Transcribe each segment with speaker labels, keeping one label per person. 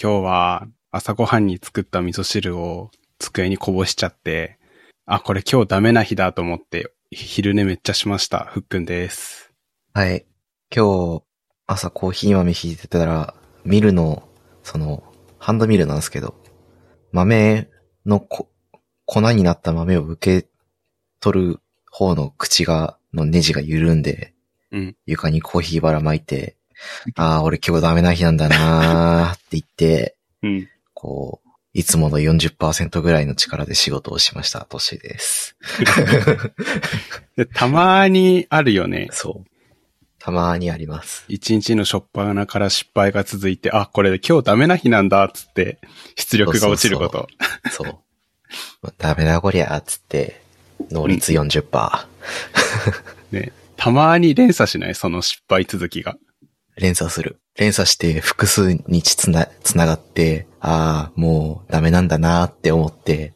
Speaker 1: 今日は朝ごはんに作った味噌汁を机にこぼしちゃって、あ、これ今日ダメな日だと思って、昼寝めっちゃしました。ふっくんです。
Speaker 2: はい。今日、朝コーヒー豆引いてたら、ミルの、その、ハンドミルなんですけど、豆のこ粉になった豆を受け取る方の口が、のネジが緩んで、
Speaker 1: うん
Speaker 2: 床にコーヒーばらまいて、ああ、俺今日ダメな日なんだなーって言って、
Speaker 1: うん。
Speaker 2: こう、いつもの40%ぐらいの力で仕事をしました、トシです。
Speaker 1: でたまにあるよね。
Speaker 2: そう。たまーにあります。
Speaker 1: 一日のしょっぱなから失敗が続いて、あ、これ今日ダメな日なんだ、つって、出力が落ちること。
Speaker 2: そうそう。ダメだこりゃーっつって、能率40%。
Speaker 1: ね。たまに連鎖しないその失敗続きが。
Speaker 2: 連鎖する。連鎖して複数日つな、つながって、ああ、もうダメなんだなーって思って、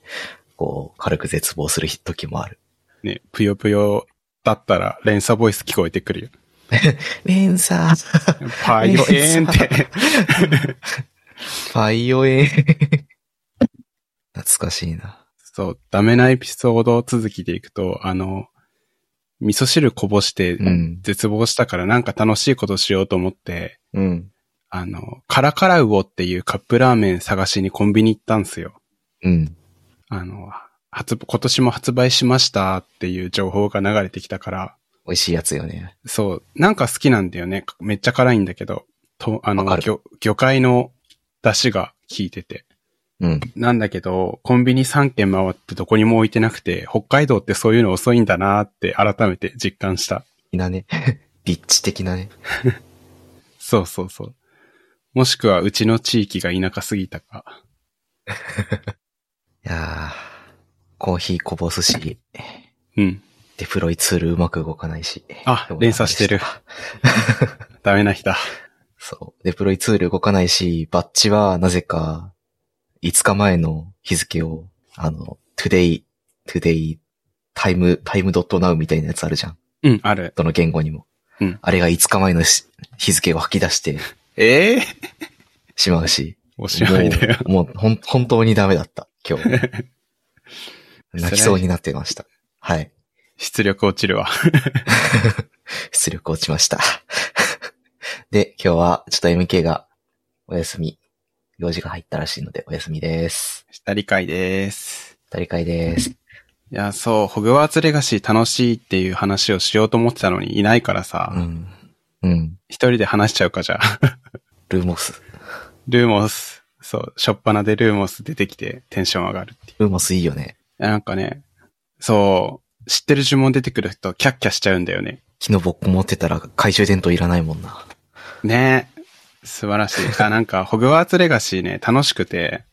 Speaker 2: こう、軽く絶望する時もある。
Speaker 1: ね。ぷよぷよだったら連鎖ボイス聞こえてくる よ。
Speaker 2: 連鎖
Speaker 1: パイオエーン って。
Speaker 2: ファイオエ懐かしいな。
Speaker 1: そう、ダメなエピソード続きでいくと、あの、味噌汁こぼして
Speaker 2: うん、
Speaker 1: 絶望したからなんか楽しいことしようと思って、
Speaker 2: うん、
Speaker 1: あの、カラカラウオっていうカップラーメン探しにコンビニ行ったんすよ。
Speaker 2: うん、
Speaker 1: あの、発今年も発売しましたっていう情報が流れてきたから、
Speaker 2: 美味しいやつよね。
Speaker 1: そう、なんか好きなんだよね。めっちゃ辛いんだけど、と、あ
Speaker 2: わか
Speaker 1: の、
Speaker 2: る
Speaker 1: 魚魚介の出汁が効いてて。
Speaker 2: うん。
Speaker 1: なんだけど、コンビニ3軒回ってどこにも置いてなくて、北海道ってそういうの遅いんだなーって改めて実感した。
Speaker 2: 的なね。 立地的なね。
Speaker 1: そうそうそう。もしくはうちの地域が田舎すぎたか。
Speaker 2: いやー、コーヒーこぼすし、
Speaker 1: うん。
Speaker 2: デプロイツールうまく動かないし。
Speaker 1: あ連鎖してる。ダメな日だ。
Speaker 2: そう。デプロイツール動かないし、バッチはなぜか、5日前の日付を、あの、today, today, time, time.now みたいなやつあるじゃん。
Speaker 1: うん、ある。
Speaker 2: どの言語にも。
Speaker 1: うん
Speaker 2: あれが5日前のし日付を吐き出して
Speaker 1: ええ
Speaker 2: しまうし。
Speaker 1: おしまいだよ。
Speaker 2: もう、もうほん本当にダメだった、今 日。泣きそうになってました。はい。
Speaker 1: 出力落ちるわ。
Speaker 2: 出力落ちました。 で、今日はちょっと MK がお休み、用事が入ったらしいのでお休みです。
Speaker 1: 下理解です。
Speaker 2: 二人会です。
Speaker 1: いや、そう、ホグワーツレガシー楽しいっていう話をしようと思ってたのにいないから
Speaker 2: う
Speaker 1: さ、
Speaker 2: ん。うん。
Speaker 1: 一、人で話しちゃうかじゃあ。
Speaker 2: ルーモス。
Speaker 1: ルーモス、そう、しょっぱなでルーモス出てきてテンション上がるっていう
Speaker 2: ルーモスいいよね。
Speaker 1: なんかね、そう、知ってる呪文出てくるとキャッキャしちゃうんだよね。
Speaker 2: 木のぼっこ持ってたら懐中電灯いらないもんな。
Speaker 1: ねえ。素晴らしい。 あ、なんか、ホグワーツレガシーね、楽しくて、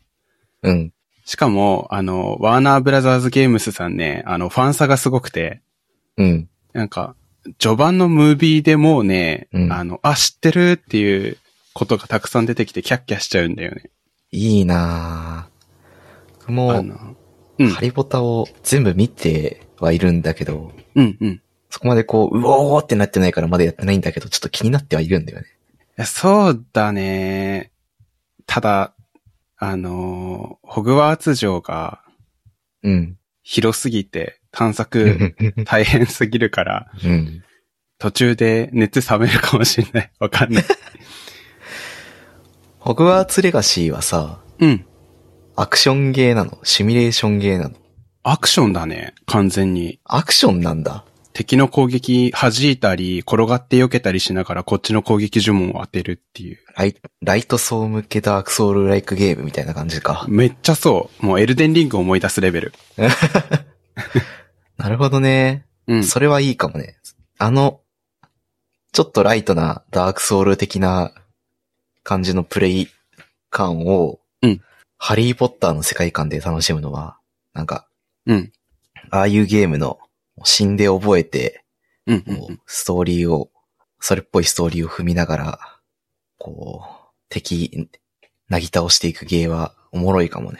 Speaker 2: うん。
Speaker 1: しかも、あの、ワーナーブラザーズゲームスさんね、あの、ファン差がすごくて、
Speaker 2: うん。
Speaker 1: なんか、序盤のムービーでもうね、
Speaker 2: うん
Speaker 1: あの、あ、知ってるっていうことがたくさん出てきてキャッキャしちゃうんだよね。
Speaker 2: いいなぁ。僕
Speaker 1: あ
Speaker 2: も、
Speaker 1: の、うん
Speaker 2: ハリボタを全部見てはいるんだけど、
Speaker 1: うんうん。い
Speaker 2: そこまでこう、うおーってなってないからまだやってないんだけど、ちょっと気になってはいるんだよね。
Speaker 1: やそうだね。ただ、あの、ホグワーツ城が、
Speaker 2: うん。
Speaker 1: 広すぎて探索大変すぎるから、
Speaker 2: うん。
Speaker 1: 途中で熱冷めるかもしれない。 わかんない。
Speaker 2: ホグワーツレガシーはさ、
Speaker 1: うん。
Speaker 2: アクションゲーなのシミュレーションゲーなの
Speaker 1: アクションだね。完全に。
Speaker 2: アクションなんだ。
Speaker 1: 敵の攻撃弾いたり、転がって避けたりしながらこっちの攻撃呪文を当てるっていう。
Speaker 2: ライライト層向けダークソウルライクゲームみたいな感じか。
Speaker 1: めっちゃそう。もうエルデンリングを思い出すレベル。
Speaker 2: なるほどね。
Speaker 1: うん。
Speaker 2: それはいいかもね。あの、ちょっとライトなダークソウル的な感じのプレイ感を、
Speaker 1: うん
Speaker 2: ハリーポッターの世界観で楽しむのは、なんか、
Speaker 1: うん。
Speaker 2: ああいうゲームの死んで覚えて、
Speaker 1: うん、うん
Speaker 2: こ
Speaker 1: う。
Speaker 2: うんストーリーを、それっぽいストーリーを踏みながら、こう、敵、なぎ倒していくゲーはおもろいかもね。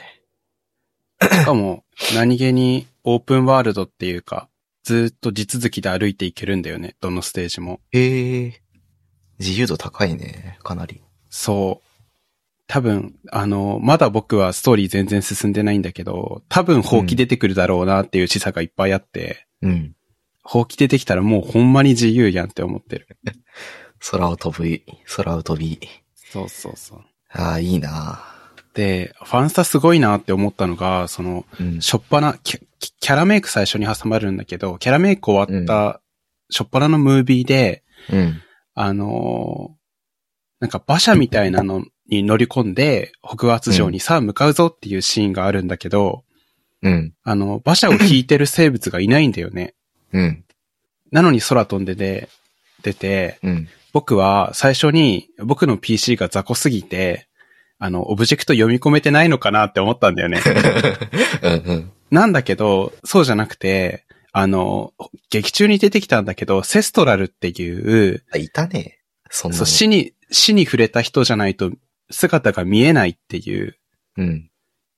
Speaker 1: しかも、何気にオープンワールドっていうか、ずーっと地続きで歩いていけるんだよね。どのステージも。
Speaker 2: へえ。自由度高いね、かなり。
Speaker 1: そう。多分、あの、まだ僕はストーリー全然進んでないんだけど、多分放棄出てくるだろうなっていう示唆がいっぱいあって、
Speaker 2: うん。
Speaker 1: 放棄出てきたらもうほんまに自由やんって思ってる。
Speaker 2: 空を飛ぶ、空を飛び。
Speaker 1: そうそうそう。
Speaker 2: ああ、いいな
Speaker 1: で、ファンスタすごいなって思ったのが、その、
Speaker 2: うん。
Speaker 1: しょっぱな、キャキャラメイク最初に挟まるんだけど、キャラメイク終わった、しょっぱなのムービーで、
Speaker 2: うん。
Speaker 1: あのーなんか馬車みたいなのに乗り込んで、北ワーツ城にさあ向かうぞっていうシーンがあるんだけど、
Speaker 2: うん。
Speaker 1: あの、馬車を引いてる生物がいないんだよ ね。
Speaker 2: うん。
Speaker 1: なのに空飛んでで、出て、
Speaker 2: うん。
Speaker 1: 僕は最初に僕の PC が雑魚すぎて、あの、オブジェクト読み込めてないのかなって思ったんだよ ね。
Speaker 2: うん。
Speaker 1: なんだけど、そうじゃなくて、あの、劇中に出てきたんだけど、セストラルっていう、
Speaker 2: あ、いたね。そんな
Speaker 1: そう
Speaker 2: の。
Speaker 1: 死に、死に触れた人じゃないと姿が見えないっていう
Speaker 2: うん。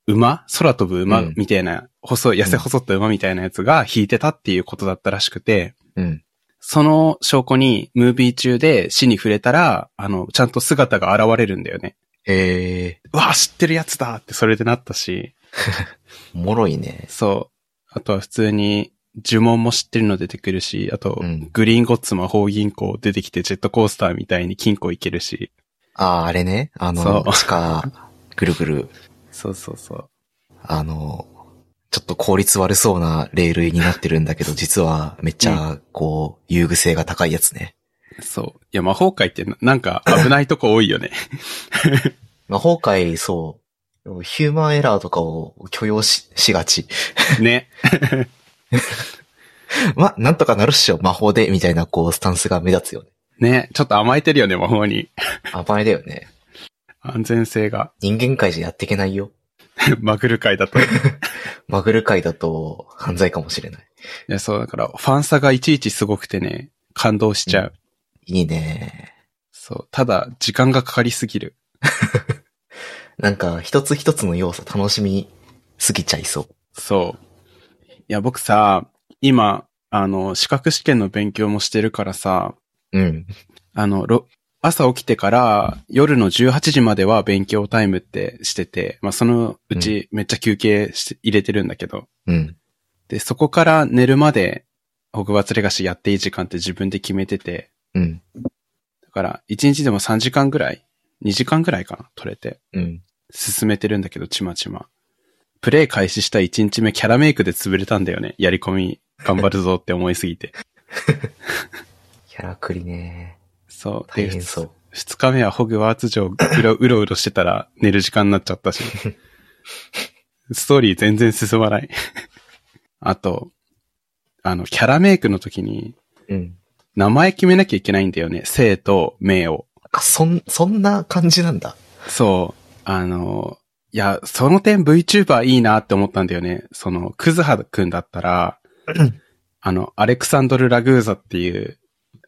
Speaker 1: 馬空飛ぶ馬
Speaker 2: うん
Speaker 1: みたいな、細い、痩せ細った馬みたいなやつが引いてたっていうことだったらしくて、
Speaker 2: うん。
Speaker 1: その証拠にムービー中で死に触れたら、あの、ちゃんと姿が現れるんだよね。
Speaker 2: ええ
Speaker 1: うわあ、知ってるやつだってそれでなったし、
Speaker 2: おもろいね。
Speaker 1: そう。あとは普通に呪文も知ってるの出てくるし、あと、
Speaker 2: うん
Speaker 1: グリーンゴッツ魔法銀行出てきてジェットコースターみたいに金庫行けるし、
Speaker 2: ああ、あれね。あの
Speaker 1: そ、う
Speaker 2: 地下、ぐるぐる、
Speaker 1: そうそうそう。
Speaker 2: あの、ちょっと効率悪そうなレールになってるんだけど、実はめっちゃ、こう、優遇性が高いやつね。
Speaker 1: そう。いや、魔法界ってななんか危ないとこ多い よね。
Speaker 2: 魔法界、そう、ヒューマンエラーとかを許容し、しがち。
Speaker 1: ね。
Speaker 2: ま、なんとかなるっしょ、魔法で、みたいな、こう、スタンスが目立つよね。
Speaker 1: ね。ちょっと甘えてるよね、魔法に。
Speaker 2: 甘えだよね。
Speaker 1: 安全性が。
Speaker 2: 人間界じゃやっていけないよ。
Speaker 1: マグル界だと。い
Speaker 2: マグル界だと、犯罪かもしれない。
Speaker 1: や、そう、だから、ファン差がいちいちすごくてね、感動しちゃう。
Speaker 2: いいね。
Speaker 1: そう。ただ、時間がかかりすぎる。
Speaker 2: なんか、一つ一つの要素楽しみすぎちゃいそう。
Speaker 1: そう。いや、僕さ、今、あの、資格試験の勉強もしてるからさ、
Speaker 2: うん。
Speaker 1: あの、ろ朝起きてから夜の18時までは勉強タイムってしてて、まあ、そのうちめっちゃ休憩して、入れてるんだけど、
Speaker 2: うん。
Speaker 1: で、そこから寝るまで、北伐レガシーやっていい時間って自分で決めてて、
Speaker 2: うん。
Speaker 1: だから、1日でも3時間ぐらい、2時間ぐらいかな、取れて、
Speaker 2: うん。
Speaker 1: 進めてるんだけど、ちまちま。プレイ開始した1日目、キャラメイクで潰れたんだよね。やり込み、頑張るぞって思いすぎ て。
Speaker 2: キャラクリね。
Speaker 1: そう。
Speaker 2: 大
Speaker 1: で
Speaker 2: 変そう。
Speaker 1: 二日目はホグワーツ城うろうろうろしてたら寝る時間になっちゃったし。ストーリー全然進まない。 あと、あの、キャラメイクの時に
Speaker 2: うん。
Speaker 1: 名前決めなきゃいけないんだよね。生と名を。
Speaker 2: あ、そん、そんな感じなんだ。
Speaker 1: そう。あの、いや、その点 VTuber いいなって思ったんだよね。その、クズハくんだったら、あの、アレクサンドル・ラグーザっていう、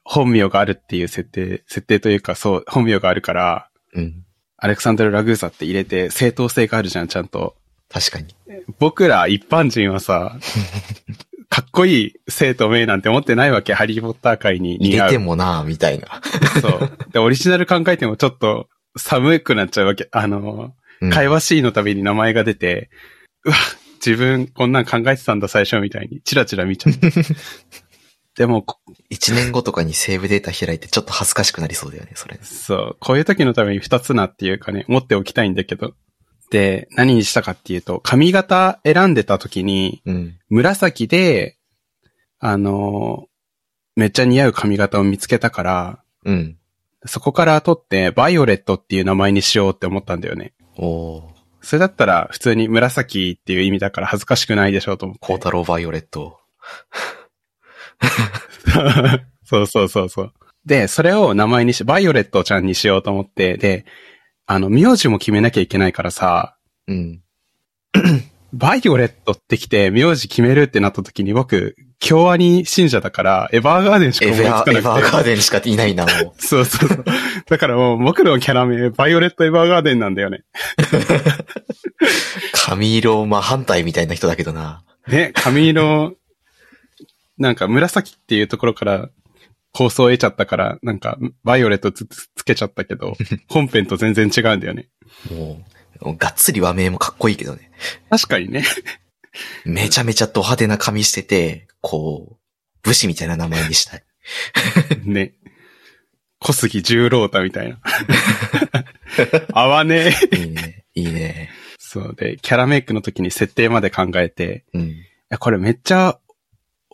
Speaker 1: 本名があるっていう設定、設定というか、そう、本名があるから、
Speaker 2: うん。
Speaker 1: アレクサンドル・ラグーザって入れて正当性があるじゃん、ちゃんと。
Speaker 2: 確かに。
Speaker 1: 僕ら一般人は さ、かっこいい生と名なんて思ってないわけ、ハリー・ポッター界に
Speaker 2: 入
Speaker 1: 似合
Speaker 2: れ
Speaker 1: う。
Speaker 2: てもなぁ、みたいな。
Speaker 1: そう。で、オリジナル考えてもちょっと寒くなっちゃうわけ。あの、
Speaker 2: うん
Speaker 1: 会話シーンのたびに名前が出て、うわ、自分こんなん考えてたんだ最初みたいに、チラチラ見ちゃっ て。でも、こ
Speaker 2: 一年後とかにセーブデータ開いてちょっと恥ずかしくなりそうだよね、それ。
Speaker 1: そう、こういう時のために二つなっていうかね、持っておきたいんだけど。で、何にしたかっていうと、髪型選んでた時に、
Speaker 2: うん。
Speaker 1: 紫で、あのーめっちゃ似合う髪型を見つけたから、
Speaker 2: うん。
Speaker 1: そこから取って、バイオレットっていう名前にしようって思ったんだよね。
Speaker 2: おー。
Speaker 1: それだったら、普通に紫っていう意味だから恥ずかしくないでしょうと思って
Speaker 2: コータローバイオレット。
Speaker 1: そうそうそうそう。で、それを名前にし、バイオレットちゃんにしようと思って、で、あの、名字も決めなきゃいけないからさ、
Speaker 2: うん。
Speaker 1: バイオレットってきて、名字決めるってなった時に僕、京アニ信者だから、エヴァーガーデンしか
Speaker 2: エ
Speaker 1: 思いつ
Speaker 2: ヴ
Speaker 1: かな
Speaker 2: ァ
Speaker 1: くて。
Speaker 2: エヴァーガーデンしかいないな、もう。
Speaker 1: そうそうそう。だからもう、僕のキャラ名、バイオレット・エヴァーガーデンなんだよね。
Speaker 2: 髪色真反対みたいな人だけどな。
Speaker 1: ね、髪色、なんか紫っていうところから、放送を得ちゃったから、なんか、バイオレットつつつけちゃったけど、本編と全然違うんだよね。
Speaker 2: もう、もうがっつり和名もかっこいいけどね。
Speaker 1: 確かにね。
Speaker 2: めちゃめちゃド派手な髪してて、こう、武士みたいな名前にした い。
Speaker 1: ね。小杉十郎太みたいな。 合わねえ。
Speaker 2: いいね。いいね。
Speaker 1: そうで、キャラメイクの時に設定まで考えて、
Speaker 2: うん。
Speaker 1: いや、これめっちゃ、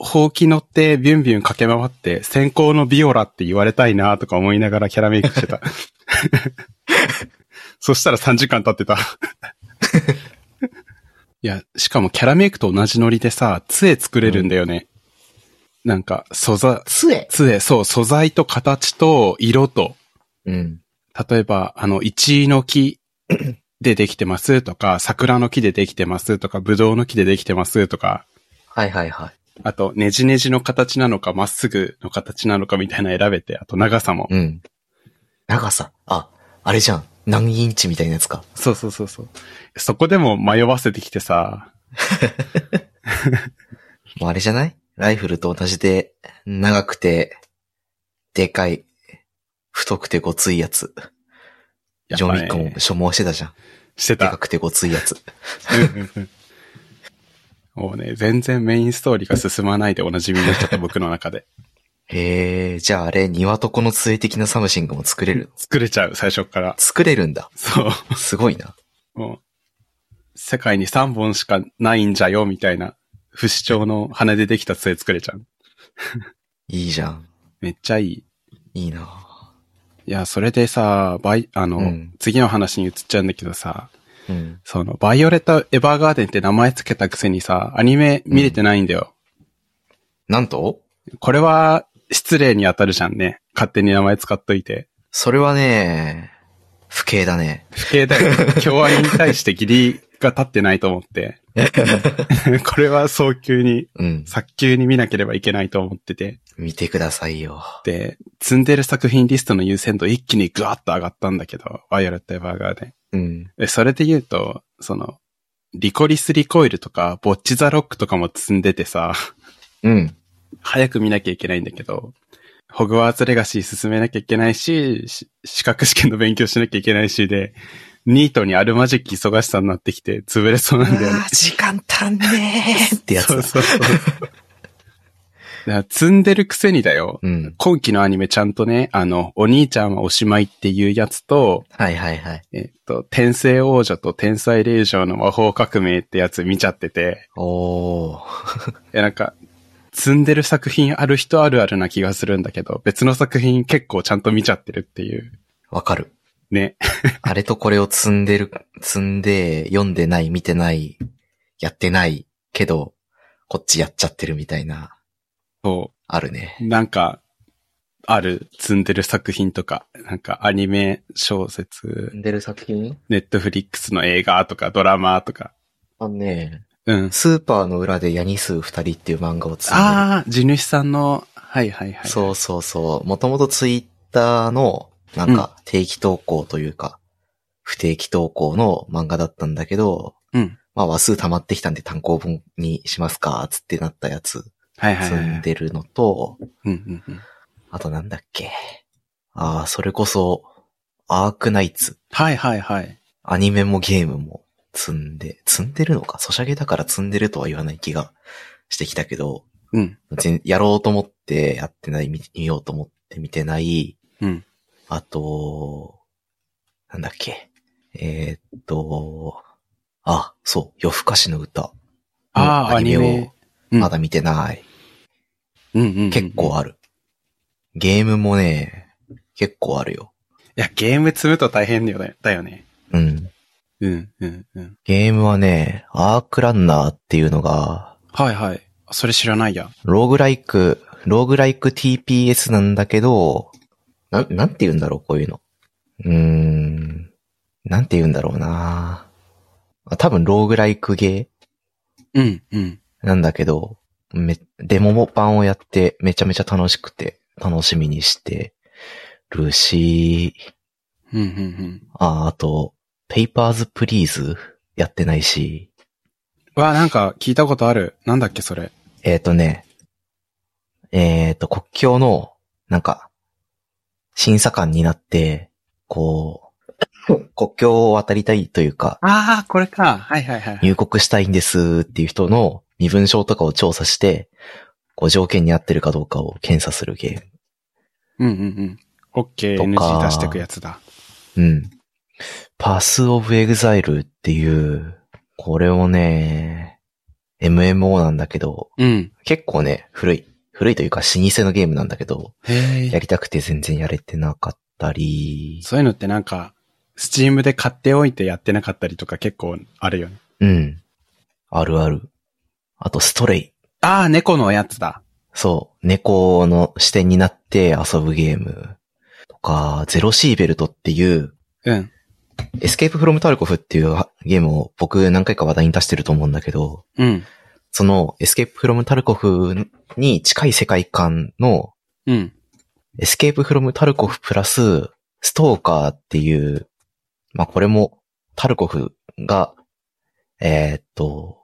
Speaker 1: ほうき乗ってビュンビュン駆け回って、先行のビオラって言われたいなとか思いながらキャラメイクしてた。 そしたら3時間経ってた。いや、しかもキャラメイクと同じノリでさ、杖作れるんだよね。なんか、素材、
Speaker 2: 杖
Speaker 1: 杖、そう、素材と形と色と、
Speaker 2: うん。
Speaker 1: 例えば、あの、一位の木でできてますとか、桜の木でできてますとか、ぶどうの木でできてますとか、
Speaker 2: はいはいはい。
Speaker 1: あと、ねじねじの形なのか、まっすぐの形なのかみたいなの選べて、あと長さも。
Speaker 2: うん。長さ。あ、あれじゃん。何インチみたいなやつか。
Speaker 1: そうそうそうそう。そこでも迷わせてきてさ、
Speaker 2: もうあれじゃないライフルと同じで、長くて、でかい、太くてごついやつ。
Speaker 1: や
Speaker 2: ジョ
Speaker 1: っ
Speaker 2: ン・ウ
Speaker 1: ぱ
Speaker 2: ィックも
Speaker 1: ね、
Speaker 2: 所望してたじゃん。
Speaker 1: して
Speaker 2: でか
Speaker 1: た。
Speaker 2: くてごついやつ。
Speaker 1: もうね、全然メインストーリーが進まないでおなじみになっちゃった僕の中で。
Speaker 2: へえ、じゃああれ、庭とこの杖的なサムシングも作れるの
Speaker 1: 作れちゃう、最初から。
Speaker 2: 作れるんだ。
Speaker 1: そう。
Speaker 2: すごいな。
Speaker 1: もう、世界に3本しかないんじゃよ、みたいな、不死鳥の羽でできた杖作れちゃう。
Speaker 2: いいじゃん。
Speaker 1: めっちゃいい。
Speaker 2: いいな。
Speaker 1: いや、それでさ、バイ、あの、
Speaker 2: うん
Speaker 1: 次の話に移っちゃうんだけどさ、
Speaker 2: うん。
Speaker 1: その、バイオレット・エヴァーガーデンって名前つけたくせにさ、アニメ見れてないんだよ。
Speaker 2: なんと
Speaker 1: これは、失礼に当たるじゃんね。勝手に名前使っといて。
Speaker 2: それはね、不敬だね。
Speaker 1: 不敬 だよ。共和に対して義理が立ってないと思 って。これは早急に、
Speaker 2: うん。
Speaker 1: 早急に見なければいけないと思ってて。
Speaker 2: 見てくださいよ。
Speaker 1: で、積んでる作品リストの優先度一気にグワッと上がったんだけど、ワイオレット・エヴァーガーデン。
Speaker 2: うん。
Speaker 1: でそれで言うと、その、リコリス・リコイルとか、ボッチ・ザ・ロックとかも積んでてさ、
Speaker 2: うん。
Speaker 1: 早く見なきゃいけないんだけど、ホグワーツ・レガシー進めなきゃいけないし、し資格試験の勉強しなきゃいけないしで、ニートにあるまじき忙しさになってきて、潰れそうなんだよね。
Speaker 2: あー時間足んねー ってやつだ。
Speaker 1: そうそうそう。だから積んでるくせにだよ。
Speaker 2: うん。
Speaker 1: 今期のアニメちゃんとね、あの、お兄ちゃんはおしまいっていうやつと、
Speaker 2: はいはいはい。
Speaker 1: えっと、天聖王女と天才霊嬢の魔法革命ってやつ見ちゃってて、
Speaker 2: おー。
Speaker 1: いやなんか、積んでる作品ある人あるあるな気がするんだけど、別の作品結構ちゃんと見ちゃってるっていう。
Speaker 2: わかる。
Speaker 1: ね。
Speaker 2: あれとこれを積んでる、積んで、読んでない、見てない、やってない、けど、こっちやっちゃってるみたいな、
Speaker 1: そ
Speaker 2: あるね。
Speaker 1: う。なんか、ある積んでる作品とか、なんかアニメ、小説、
Speaker 2: んでる作品
Speaker 1: ネットフリックスの映画とかドラマとか。
Speaker 2: あのね、
Speaker 1: うん。
Speaker 2: スーパーの裏でヤニスー二人っていう漫画を積んでる。
Speaker 1: ああ、地主さんの、はいはいはい。
Speaker 2: そうそうそう。もともとツイッターの、なんか、定期投稿というか、不定期投稿の漫画だったんだけど、
Speaker 1: うん。
Speaker 2: まあ話数溜まってきたんで単行本にしますか、つってなったやつ、
Speaker 1: はいはい
Speaker 2: 積
Speaker 1: はい、はい。
Speaker 2: んでるのと、
Speaker 1: うんうんうん。
Speaker 2: あとなんだっけ。ああ、それこそ、アークナイツ。
Speaker 1: はいはいはい。
Speaker 2: アニメもゲームも積んで、積んでるのかソシャゲだから積んでるとは言わない気がしてきたけど、
Speaker 1: うん。
Speaker 2: 全やろうと思ってやってない、見見ようと思って見てない、
Speaker 1: うん。
Speaker 2: あと、なんだっけ。えーっと、あ、そう、夜更かしの歌。
Speaker 1: ああ、アニ
Speaker 2: を
Speaker 1: メ。うん
Speaker 2: まだ見てない。
Speaker 1: うんうんうん
Speaker 2: 結構ある。ゲームもね、結構あるよ。
Speaker 1: いや、ゲーム積むと大変だよね。だよね。
Speaker 2: うん。
Speaker 1: うん、うん、うん。
Speaker 2: ゲームはね、アークランナーっていうのが、
Speaker 1: はいはい。それ知らないや。
Speaker 2: ローグライク、ローグライク TPS なんだけど、なん、なんて言うんだろう、こういうの。うーん、なんて言うんだろうなあ多分、ローグライクゲ
Speaker 1: うん、うん。
Speaker 2: ーなんだけど、め、デモも版をやって、めちゃめちゃ楽しくて、楽しみにしてるし、
Speaker 1: うん、うん、うん。
Speaker 2: あ、あと、ペーパーズプリーズやってないし、
Speaker 1: うわ、なんか聞いたことある。なんだっけ、それ。
Speaker 2: えっ、とね、えっ、と、国境のなんか、審査官になって、こう、国境を渡りたいというか、
Speaker 1: ああ、これか。はいはいはい。
Speaker 2: 入国したいんですっていう人の身分証とかを調査して、こう条件に合ってるかどうかを検査するゲ
Speaker 1: うんうんうん。OK、
Speaker 2: とか
Speaker 1: NG 出してくやつだ。
Speaker 2: ーム。うん。パスオブエグザイルっていう、これをね、MMO なんだけど、
Speaker 1: うん。
Speaker 2: 結構ね、古い。古いというか老舗のゲームなんだけど、
Speaker 1: へ
Speaker 2: や
Speaker 1: え。
Speaker 2: りたくて全然やれてなかったり、
Speaker 1: そういうのってなんか、スチームで買っておいてやってなかったりとか結構あるよね。
Speaker 2: うん。あるある。あと、ストレイ。
Speaker 1: ああ、猫のやつだ。
Speaker 2: そう。猫の視点になって遊ぶゲーム。とか、ゼロシーベルトっていう、
Speaker 1: うん。
Speaker 2: エスケープフロムタルコフっていうゲームを僕何回か話題に出してると思うんだけど、
Speaker 1: うん。
Speaker 2: そのエスケープフロムタルコフに近い世界観の
Speaker 1: うん。
Speaker 2: エスケープフロムタルコフプラスストーカーっていう、まあこれもタルコフが、えーっと、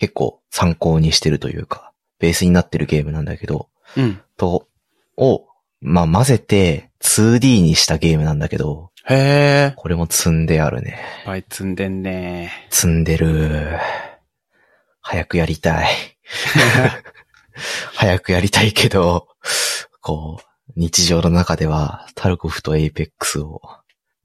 Speaker 2: 結構参考にしてるというか、ベースになってるゲームなんだけど、
Speaker 1: うん。
Speaker 2: と、を、まあ混ぜて 2D にしたゲームなんだけど、
Speaker 1: へえ。
Speaker 2: これも積んである
Speaker 1: い
Speaker 2: ね。
Speaker 1: っぱい積んでんね。
Speaker 2: 積んでる。早くやり たい。早くやりたいけど、こう、日常の中では、タルコフとエイペックスを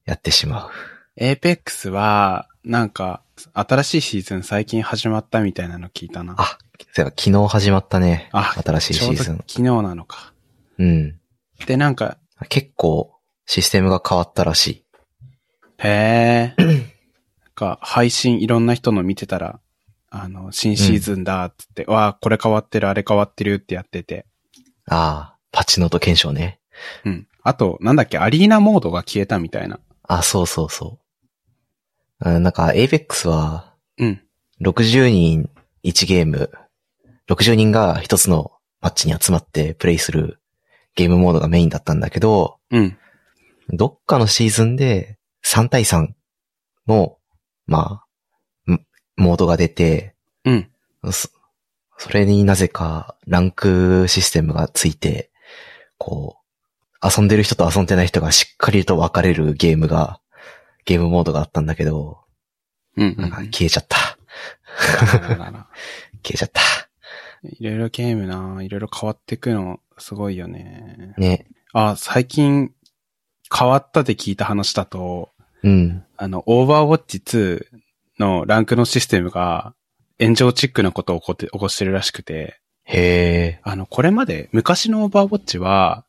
Speaker 2: やってしまう。
Speaker 1: エーペックスは、なんか、新しいシーズン最近始まったみたいなの聞いたな。
Speaker 2: あ、そういえば昨日始まったね。
Speaker 1: あ
Speaker 2: 新しい
Speaker 1: ち
Speaker 2: シ
Speaker 1: ょう
Speaker 2: ー
Speaker 1: ど
Speaker 2: ズ
Speaker 1: 昨
Speaker 2: ン。
Speaker 1: 日なのか。
Speaker 2: うん。
Speaker 1: で、なんか、
Speaker 2: 結構、システムが変わったらしい。
Speaker 1: へえ。なんか、配信いろんな人の見てたら、あの、新シーズンだっつって、わあ、これ変わってる、あれ変わってるってやってて。
Speaker 2: ああ、パチノと検証ね。
Speaker 1: うん。あと、なんだっけ、アリーナモードが消えたみたいな。
Speaker 2: あ、そうそうそう。あなんか、エイペックスは、
Speaker 1: うん。
Speaker 2: 60人1ゲーム、60人が一つのマッチに集まってプレイするゲームモードがメインだったんだけど、
Speaker 1: うん。
Speaker 2: どっかのシーズンで3対3の、まあ、んモードが出て、
Speaker 1: うん。
Speaker 2: そそれになぜかランクシステムがついて、こう、遊んでる人と遊んでない人がしっかりと分かれるゲームが、ゲームモードがあったんだけど、
Speaker 1: うん、う
Speaker 2: なん
Speaker 1: ん。
Speaker 2: か
Speaker 1: あ
Speaker 2: 消えちゃった。
Speaker 1: らららら
Speaker 2: 消えちゃった。
Speaker 1: いろいろゲームな、いろいろ変わってくの、すごいよね。
Speaker 2: ね。
Speaker 1: あ、最近、変わったって聞いた話だと、
Speaker 2: うん。
Speaker 1: あの、オーバーウォッチ2のランクのシステムが、炎上チックなことを起こって、起こしてるらしくて、
Speaker 2: へえ。
Speaker 1: あの、これまで昔のオーバーウォッチは、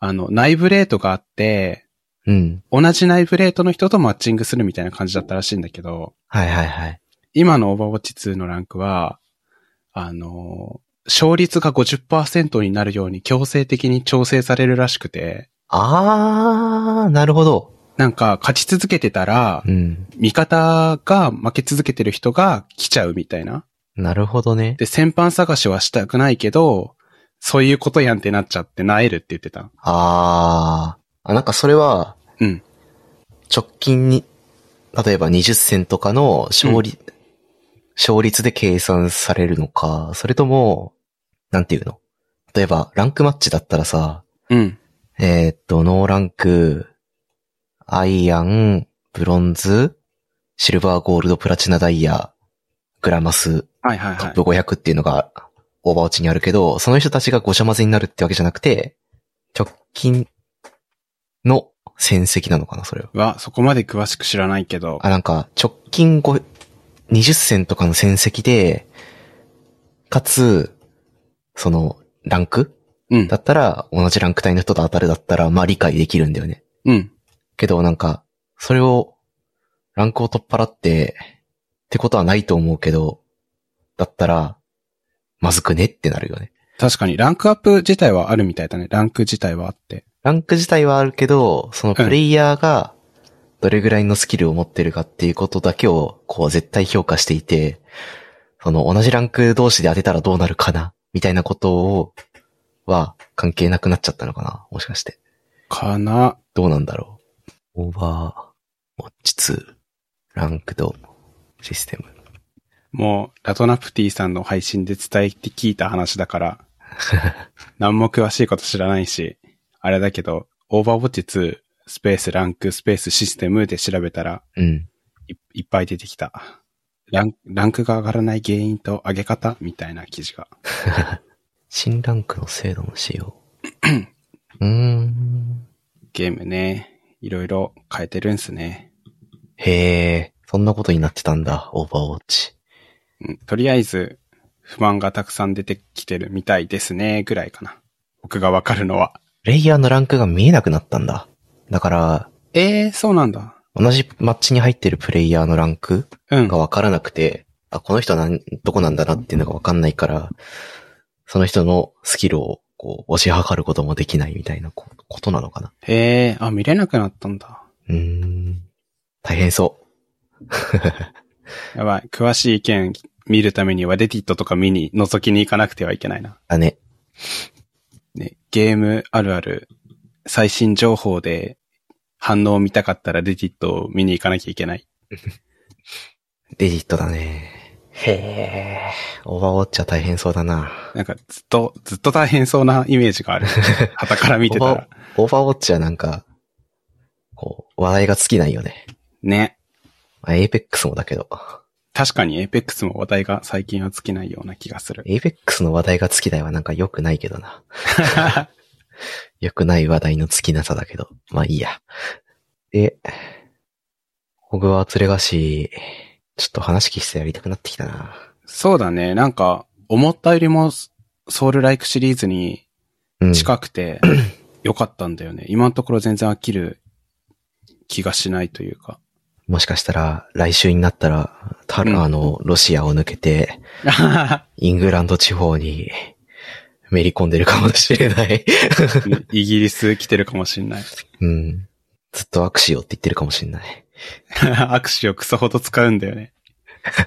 Speaker 1: あの、内部レートがあって、
Speaker 2: うん。
Speaker 1: 同じ内部レートの人とマッチングするみたいな感じだったらしいんだけど、
Speaker 2: はいはいはい。
Speaker 1: 今のオーバーウォッチ2のランクは、あの、勝率が50%になるように強制的に調整されるらしくて、
Speaker 2: あー、なるほど。
Speaker 1: なんか勝ち続けてたら
Speaker 2: う、ん。
Speaker 1: 味方が負け続けてる人が来ちゃうみたいな。
Speaker 2: なるほどね。
Speaker 1: で、先般探しはしたくないけど、そういうことやんってなっちゃって、なえるって言ってた。
Speaker 2: あー。あ、なんかそれは、
Speaker 1: うん。
Speaker 2: 直近に、例えば20戦とかの勝利、勝率で計算されるのか、それとも、なんていうの例えば、ランクマッチだったらさ、
Speaker 1: うん。
Speaker 2: えーっと、ノーランク、アイアン、ブロンズ、シルバー、ゴールド、プラチナ、ダイヤ、グラマス、
Speaker 1: はいはい
Speaker 2: ト
Speaker 1: は
Speaker 2: ッ
Speaker 1: い
Speaker 2: プ。500っていうのがオーバーウォッチにあるけど、その人たちがごちゃ混ぜになるってわけじゃなくて、直近の戦績なのかな、それは。
Speaker 1: は、そこまで詳しく知らないけど。
Speaker 2: あ、なんか、直近ご20戦とかの戦績で、かつ、その、ランク
Speaker 1: うん
Speaker 2: だ。ったら、同じランク帯の人と当たるだったら、まあ理解できるんだよね。
Speaker 1: うん。
Speaker 2: けどなんか、それを、ランクを取っ払って、ってことはないと思うけど、だったら、まずくねってなるよね。
Speaker 1: 確かに、ランクアップ自体はあるみたいだね。ランク自体はあって。
Speaker 2: ランク自体はあるけど、そのプレイヤーがどれぐらいのスキルを持ってるかっていうことだけをこう絶対評価していて、その同じランク同士で当てたらどうなるかな、みたいなことを、は関係なくなっちゃったのかなもしかして。
Speaker 1: かな。
Speaker 2: どうなんだろう。オーバーウォッチ2、ランクドシステム。
Speaker 1: もう、ラトナプティさんの配信で伝えて聞いた話だから。何も詳しいこと知らないし。あれだけど、オーバーウォッチ2、スペース、ランク、スペース、システムで調べたら
Speaker 2: うん。
Speaker 1: い、いっぱい出てきた。ランランクが上がらない原因と上げ方みたいな記事が。
Speaker 2: 新ランクの制度の仕様。うーん。
Speaker 1: ゲームね、いろいろ変えてるんすね。
Speaker 2: へえ、そんなことになってたんだ、オーバーウォッチ。
Speaker 1: うんとりあえず、不満がたくさん出てきてるみたいですね、ぐらいかな。僕がわかるのは。
Speaker 2: レイヤーのランクが見えなくなったんだ。だから、
Speaker 1: ええー、そうなんだ。
Speaker 2: 同じマッチに入ってるプレイヤーのランク
Speaker 1: うん
Speaker 2: が。わからなくて、あ、この人は何、どこなんだなっていうのがわかんないから、その人のスキルを、こう、押し量ることもできないみたいなこことなのかな。
Speaker 1: ええー、あ、見れなくなったんだ。
Speaker 2: うーん。大変そ
Speaker 1: やばい。詳しい意見見るためにはレディットとか見に覗きに行かなくてはいけないな
Speaker 2: う。。だね。
Speaker 1: ね、ゲームあるある、最新情報で反応を見たかったらレディットを見に行かなきゃいけない。
Speaker 2: デジットだね。へえ。オーバーウォッチは大変そうだな。
Speaker 1: なんかずっと、ずっと大変そうなイメージが ある。旗から見てたら。
Speaker 2: オーバーウォッチはなんか、こう、話題が尽きないよね。
Speaker 1: ね。
Speaker 2: まあ、エイペックスもだけど。
Speaker 1: 確かにエイペックスも話題が最近は尽きないような気がする。
Speaker 2: エイペックスの話題が尽きないはなんか良くないけどな。良くない話題の尽きなさだけど。まあいいや。で、ホグワーツレガシー、ちょっと話聞きしてやりたくなってきたな。
Speaker 1: そうだね。なんか、思ったよりもソウルライクシリーズに
Speaker 2: うん。
Speaker 1: 近く て、良かったんだよね。今のところ全然飽きる気がしないという か。
Speaker 2: もしかしたら、来週になったら、タ
Speaker 1: うん
Speaker 2: ルあの、ロシアを抜けて、イングランド地方に、めり込んでるかもしれない。
Speaker 1: イギリス来てるかもしんない。
Speaker 2: うん。ずっと握手よって言ってるかもしれない。
Speaker 1: 握手をクソほど使うんだよね。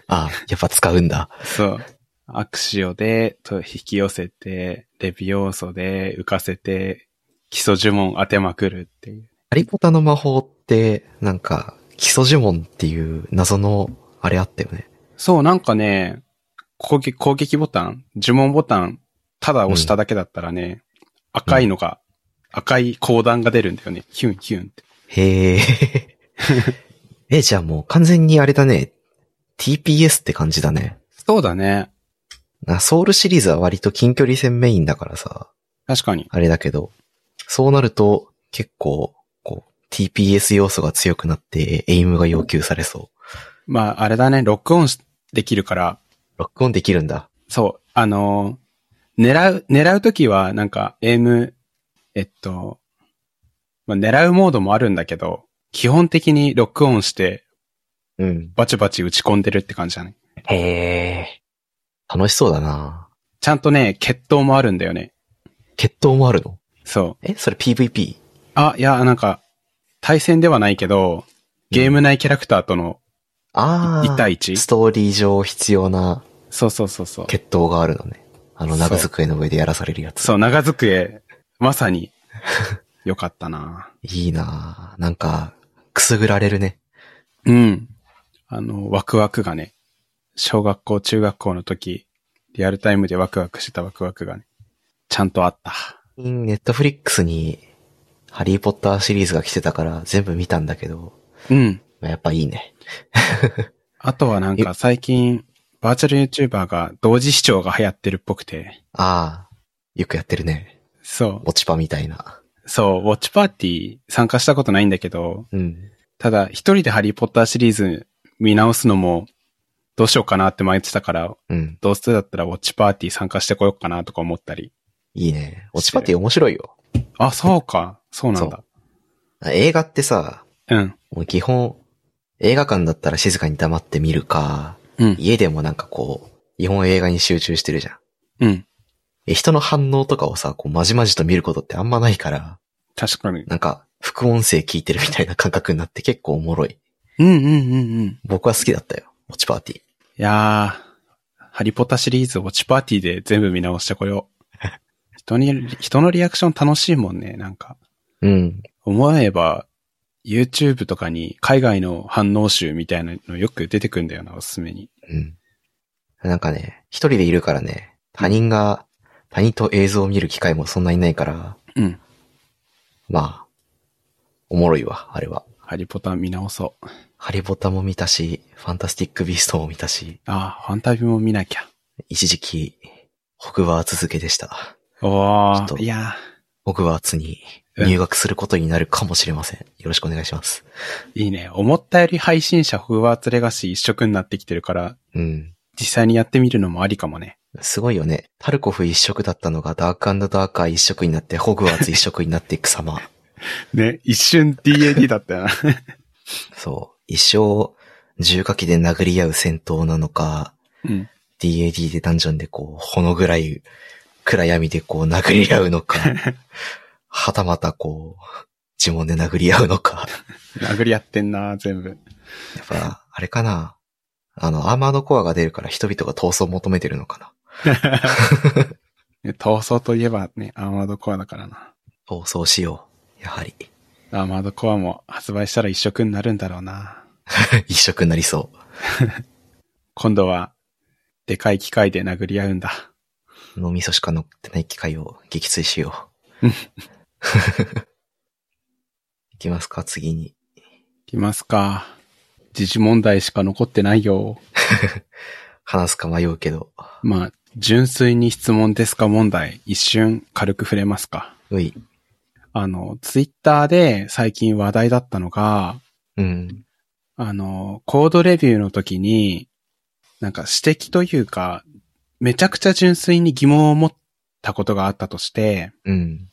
Speaker 2: あ、やっぱ使うんだ。
Speaker 1: そう。握手をで、と引き寄せて、レビ要素で浮かせて、基礎呪文当てまくるっていう。
Speaker 2: ハリポタの魔法って、なんか、基礎呪文っていう謎の、あれあったよね。
Speaker 1: そう、なんかね、攻撃、攻撃ボタン、呪文ボタン、ただ押しただけだったらね、赤いのが、赤い光弾が出るんだよね。ヒュンヒュンって。
Speaker 2: へえ。 え、じゃあもう完全にあれだね。TPS って感じだね。
Speaker 1: そうだね。
Speaker 2: なソウルシリーズは割と近距離戦メインだからさ、
Speaker 1: 確かに。
Speaker 2: あれだけど、そうなると結構、こう、TPS 要素が強くなって、エイムが要求されそ
Speaker 1: まあ、あれだね、ロックオンしできるから、
Speaker 2: う。ロックオンできるんだ。
Speaker 1: そう、あのー狙う、狙うときは、なんか、エイム、えっと、まあ、狙うモードもあるんだけど、基本的にロックオンして、
Speaker 2: うん。
Speaker 1: バチバチ打ち込んでるって感じだね。
Speaker 2: へえ。楽しそうだな
Speaker 1: ちゃんとね、決闘もあるんだよね。
Speaker 2: 決闘もあるの
Speaker 1: そ
Speaker 2: え、それ
Speaker 1: う。
Speaker 2: PVP?
Speaker 1: あ、いや、なんか、対戦ではないけど、ゲーム内キャラクターとの、
Speaker 2: ああ。
Speaker 1: 1対1
Speaker 2: ストーリー上必要な
Speaker 1: そうそうそうそう。
Speaker 2: 決闘があるのね。あの、長机の上でやらされるやつ。
Speaker 1: そう、長机、まさに、よかったない
Speaker 2: いなぁ。なんか、くすぐられるね。
Speaker 1: うん。あの、ワクワクがね、小学校、中学校の時、リアルタイムでワクワクしてたワクワクがね、ちゃんとあった。
Speaker 2: ネットフリックスに、ハリーポッターシリーズが来てたから全部見たんだけど、
Speaker 1: うん。
Speaker 2: まあやっぱいいね。
Speaker 1: あとはなんか最近、バーチャル YouTuber が同時視聴が流行ってるっぽくて、
Speaker 2: ああ、よくやってるね。
Speaker 1: そ
Speaker 2: 落ち葉みたいな。
Speaker 1: う、そう、ウォッチパーティー参加したことないんだけど、
Speaker 2: うん。
Speaker 1: ただ一人でハリーポッターシリーズ見直すのも、どうしようかなって迷ってたから、
Speaker 2: うん。
Speaker 1: どうせだったらウォッチパーティー参加してこようかなとか思ったり。
Speaker 2: いいね。落ち葉って面白いよ。
Speaker 1: あ、そうか。そうなんだ。
Speaker 2: 映画ってさ、
Speaker 1: うん。
Speaker 2: もう基本、映画館だったら静かに黙って見るか、
Speaker 1: うん。
Speaker 2: 家でもなんかこう、日本映画に集中してるじゃん。
Speaker 1: うん。
Speaker 2: え人の反応とかをさ、こう、まじまじと見ることってあんまないから、
Speaker 1: 確かに。
Speaker 2: なんか、副音声聞いてるみたいな感覚になって結構おもろい。
Speaker 1: うんうんうんうん。い
Speaker 2: 僕は好きだったよ。ウォッチパーティー。
Speaker 1: やー、ハリポタシリーズウォッチパーティーで全部見直してこよう。 人に、人のリアクション楽しいもんね、なんか。
Speaker 2: うん。
Speaker 1: 思えば、YouTube とかに海外の反応集みたいなのよく出てくんだよな、おすすめに。
Speaker 2: うん。なんかね、一人でいるからね、他人が、他人と映像を見る機会もそんなにないから、
Speaker 1: うん。
Speaker 2: まあ、おもろいわ、あれは。
Speaker 1: ハリポタ見直そう。
Speaker 2: ハリポタも見たし、ファンタスティックビーストも見たし、
Speaker 1: ああ、ファンタビも見なきゃ。
Speaker 2: 一時期、ホグワーツ続けでした。
Speaker 1: お
Speaker 2: ちょっと
Speaker 1: ー、いや
Speaker 2: ホグワーツに入学することになるかもしれません。よろしくお願いします。
Speaker 1: ー、いいね。思ったより配信者ホグワーツレガシー一色になってきてるから、
Speaker 2: うん。
Speaker 1: 実際にやってみるのもありかもね。
Speaker 2: すごいよね。タルコフ一色だったのがダークダーカー一色になって、ホグワーツ一色になっていく様。
Speaker 1: ね、一瞬 DAD だったよな。
Speaker 2: そう。一生、重火器で殴り合う戦闘なのか、
Speaker 1: うん。
Speaker 2: DAD でダンジョンでこう、ほのぐらい暗闇でこう殴り合うのか、はたまたこう、呪文で殴り合うのか。
Speaker 1: 殴り合ってんな、全部。
Speaker 2: やっぱ、あれかな。あの、アーマードコアが出るから人々が闘争を求めてるのかな。
Speaker 1: ね闘争といえばね、アーマードコアだからな。
Speaker 2: 闘争しよう。やはり。
Speaker 1: アーマードコアも発売したら一色になるんだろうな。
Speaker 2: 一色になりそう。
Speaker 1: 今度は、でかい機械で殴り合うんだ。
Speaker 2: 脳みそしか乗ってない機械を撃墜しよ う
Speaker 1: うん。
Speaker 2: いきますか、次に。
Speaker 1: いきますか。時事問題しか残ってないよ。
Speaker 2: 話すか迷うけど。
Speaker 1: まあ、純粋に質問ですか問題、一瞬軽く触れますか。
Speaker 2: うい。
Speaker 1: あの、ツイッターで最近話題だったのが、
Speaker 2: うん。
Speaker 1: あの、コードレビューの時に、なんか指摘というか、めちゃくちゃ純粋に疑問を持ったことがあったとして、
Speaker 2: うん。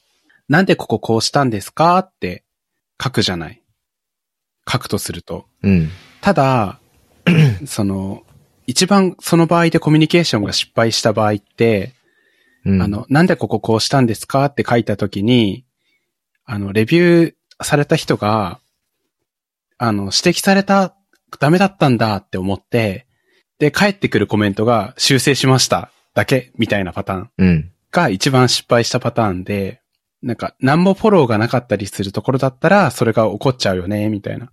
Speaker 1: なんでこここうしたんですかって書くじゃない。書くとすると。
Speaker 2: うん。
Speaker 1: ただ、その、一番その場合でコミュニケーションが失敗した場合って、
Speaker 2: うん。
Speaker 1: あの、なんでこここうしたんですかって書いたときに、あの、レビューされた人が、あの、指摘された、ダメだったんだって思って、で、返ってくるコメントが修正しましただけみたいなパターン
Speaker 2: うん。
Speaker 1: が一番失敗したパターンで、なんか何もフォローがなかったりするところだったらそれが起こっちゃうよね、みたいな。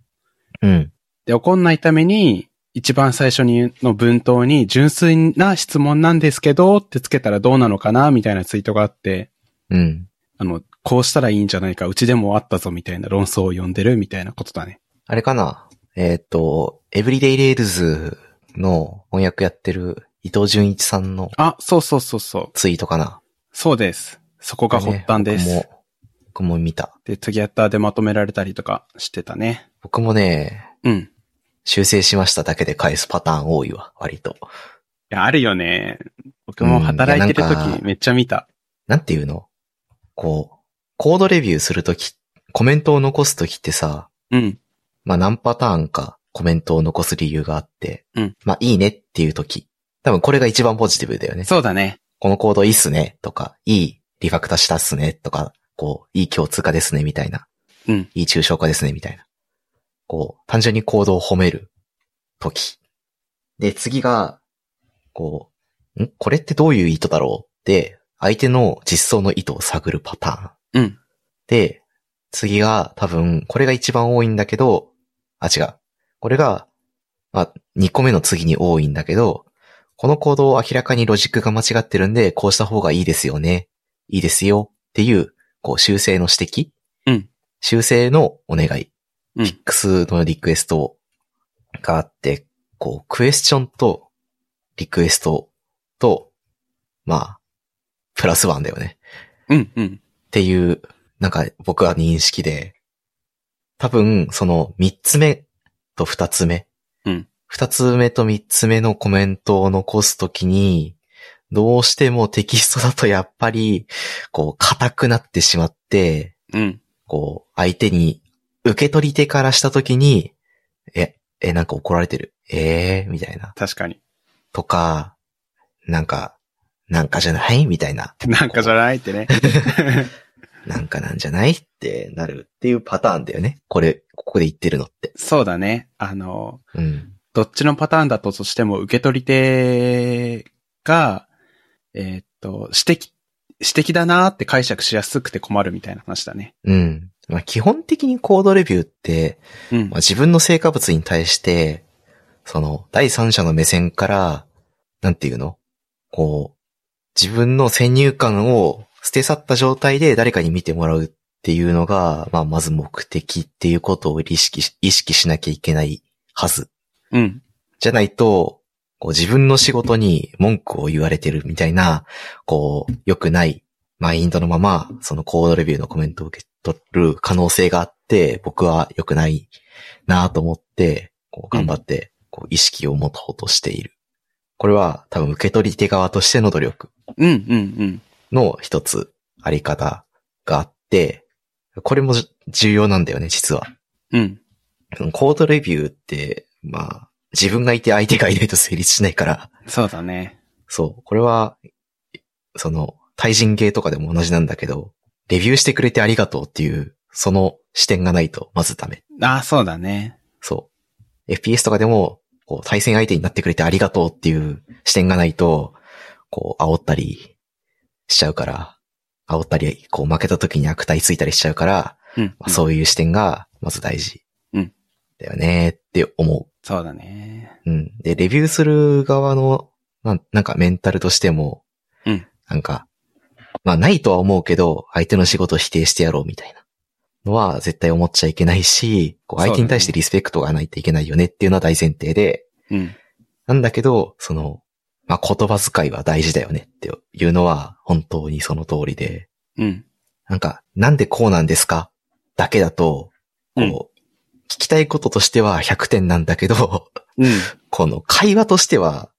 Speaker 2: うん。
Speaker 1: で、怒んないために、一番最初にの文頭に純粋な質問なんですけどってつけたらどうなのかなみたいなツイートがあって、
Speaker 2: うん。
Speaker 1: あの、こうしたらいいんじゃないか、うちでもあったぞみたいな論争を呼んでるみたいなことだね。
Speaker 2: あれかなえーっ、と、エブリデイレールズの翻訳やってる伊藤純一さんの
Speaker 1: あ、そうそうそうそう。
Speaker 2: ツイートかな
Speaker 1: そうです。そこが発端です。
Speaker 2: ね僕も、僕も見た。
Speaker 1: で、ツギャッターでまとめられたりとかしてたね。
Speaker 2: 僕もね、
Speaker 1: うん。
Speaker 2: 修正しましただけで返すパターン多いわ、割と。
Speaker 1: いや、あるよね。僕も働いてる
Speaker 2: うんいやなん
Speaker 1: 時
Speaker 2: か
Speaker 1: めっちゃ見た。
Speaker 2: なんていうのこう、コードレビューするとき、コメントを残すときってさ、
Speaker 1: うん。
Speaker 2: まあ何パターンかコメントを残す理由があって、
Speaker 1: うん
Speaker 2: まあいいねっていうとき。多分これが一番ポジティブだよね。
Speaker 1: そうだね。
Speaker 2: このコードいいっすねとか、いいリファクターしたっすねとか、こう、いい共通化ですねみたいな。
Speaker 1: うん
Speaker 2: いい抽象化ですねみたいな。こう、単純にコードを褒める時。で、次が、こう、んこれってどういう意図だろうって、相手の実装の意図を探るパターン。
Speaker 1: うん。
Speaker 2: で、次が多分、これが一番多いんだけど、あ、違う。これが、まあ、2個目の次に多いんだけど、この行動を明らかにロジックが間違ってるんで、こうした方がいいですよね。いいですよ。っていう、こう、修正の指摘
Speaker 1: うん
Speaker 2: 修正のお願い。
Speaker 1: うん
Speaker 2: フィックスのリクエストがあって、こう、クエスチョンと、リクエストと、まあ、プラスワンだよね。
Speaker 1: うん、うん。
Speaker 2: っていう、なんか僕は認識で、多分、その三つ目と二つ目。
Speaker 1: うん
Speaker 2: 二つ目と三つ目のコメントを残すときに、どうしてもテキストだとやっぱり、こう、硬くなってしまって、
Speaker 1: うん。
Speaker 2: こう、相手に、受け取り手からしたときに、え、え、なんか怒られてる。ええー、みたいな。
Speaker 1: 確かに。
Speaker 2: とか、なんか、なんかじゃないみたいな。
Speaker 1: なんかじゃないって ね。
Speaker 2: なんかなんじゃないってなるっていうパターンだよね。これ、ここで言ってるのって。
Speaker 1: そうだね。あの、
Speaker 2: うん。
Speaker 1: どっちのパターンだととしても、受け取り手が、えーっと、指摘、指摘だなーって解釈しやすくて困るみたいな話だね。
Speaker 2: うん。まあ、基本的にコードレビューって、
Speaker 1: うん
Speaker 2: まあ、。自分の成果物に対して、その、第三者の目線から、なんていうのこう、自分の先入観を捨て去った状態で誰かに見てもらうっっていうのが、まあ、まず目的っていうことを意識し、意識しなきゃいけないはず。
Speaker 1: うん。
Speaker 2: じゃないと、こう自分の仕事に文句を言われてるみたいな、こう、良くないマインドのまま、そのコードレビューのコメントを受け取る可能性があって、僕は良くないなと思って、こう頑張って、こう意識を持とうとしている。これは多分受け取り手側としての努力
Speaker 1: うん、うん、
Speaker 2: の一つあり方があって、これもじ重要なんだよね、実は。
Speaker 1: うん。うん。
Speaker 2: コードレビューって、まあ、自分がいて相手がいないと成立しないから、
Speaker 1: そうだね。
Speaker 2: そう、これは、その、対人芸とかでも同じなんだけど、レビューしてくれてありがとうっていう、その視点がないと、まずダメ。
Speaker 1: ああ、そうだね。
Speaker 2: そう。FPS とかでも、こう、対戦相手になってくれてありがとうっていう視点がないと、こう、煽ったりしちゃうから、煽ったり、こう、負けた時に悪態ついたりしちゃうから、
Speaker 1: うん
Speaker 2: まあ。そういう視点が、まず大事。
Speaker 1: うん
Speaker 2: だよねーって思う。
Speaker 1: そうだね。
Speaker 2: うん。で、レビューする側の、なんなんかメンタルとしても、
Speaker 1: うん
Speaker 2: なんか、まあないとは思うけど、相手の仕事を否定してやろうみたいなのは絶対思っちゃいけないし、こう
Speaker 1: そうだね
Speaker 2: 相手に対してリスペクトがないといけないよねっていうのは大前提で、
Speaker 1: うん。
Speaker 2: なんだけど、その、まあ言葉遣いは大事だよねっていうのは本当にその通りで、
Speaker 1: うん。
Speaker 2: なんか、なんでこうなんですかだけだと、こう、
Speaker 1: うん
Speaker 2: 聞きたいこととしては100点なんだけど、
Speaker 1: うん。
Speaker 2: この会話としては、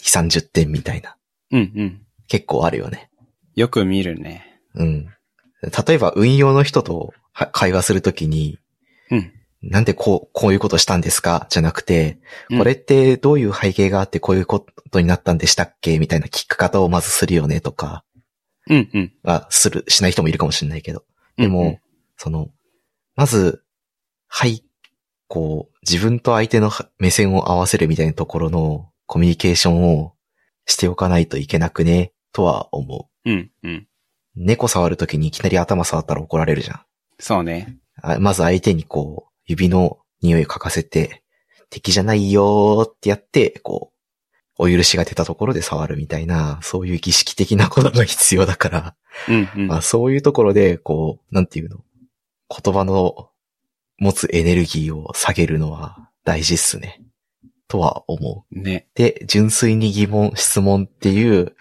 Speaker 2: 2、30点みたいな。
Speaker 1: うん、うん。
Speaker 2: 結構あるよね。
Speaker 1: よく見るね。
Speaker 2: うん。例えば、運用の人とは会話するときに、
Speaker 1: うん。
Speaker 2: なんでこう、こういうことしたんですかじゃなくて、
Speaker 1: うん
Speaker 2: これってどういう背景があってこういうことになったんでしたっけみたいな聞き方をまずするよねとか、
Speaker 1: うん、うん。
Speaker 2: あ、する、しない人もいるかもしれないけど。
Speaker 1: うん
Speaker 2: でも、、その、まず、はい、こう、自分と相手のは目線を合わせるみたいなところのコミュニケーションをしておかないといけなくね、とは思う。
Speaker 1: うん、うん。
Speaker 2: 猫触るときにいきなり頭触ったら怒られるじゃん
Speaker 1: そうね。
Speaker 2: あ。まず相手にこう、指の匂いを嗅かせて、敵じゃないよーってやって、こう、お許しが出たところで触るみたいな、そういう儀式的なことが必要だから。
Speaker 1: うん、うん。
Speaker 2: まあそういうところで、こう、なんていうの、言葉の持つエネルギーを下げるのは大事っすね。とは思う。
Speaker 1: ね。
Speaker 2: で、純粋に疑問、質問っていう、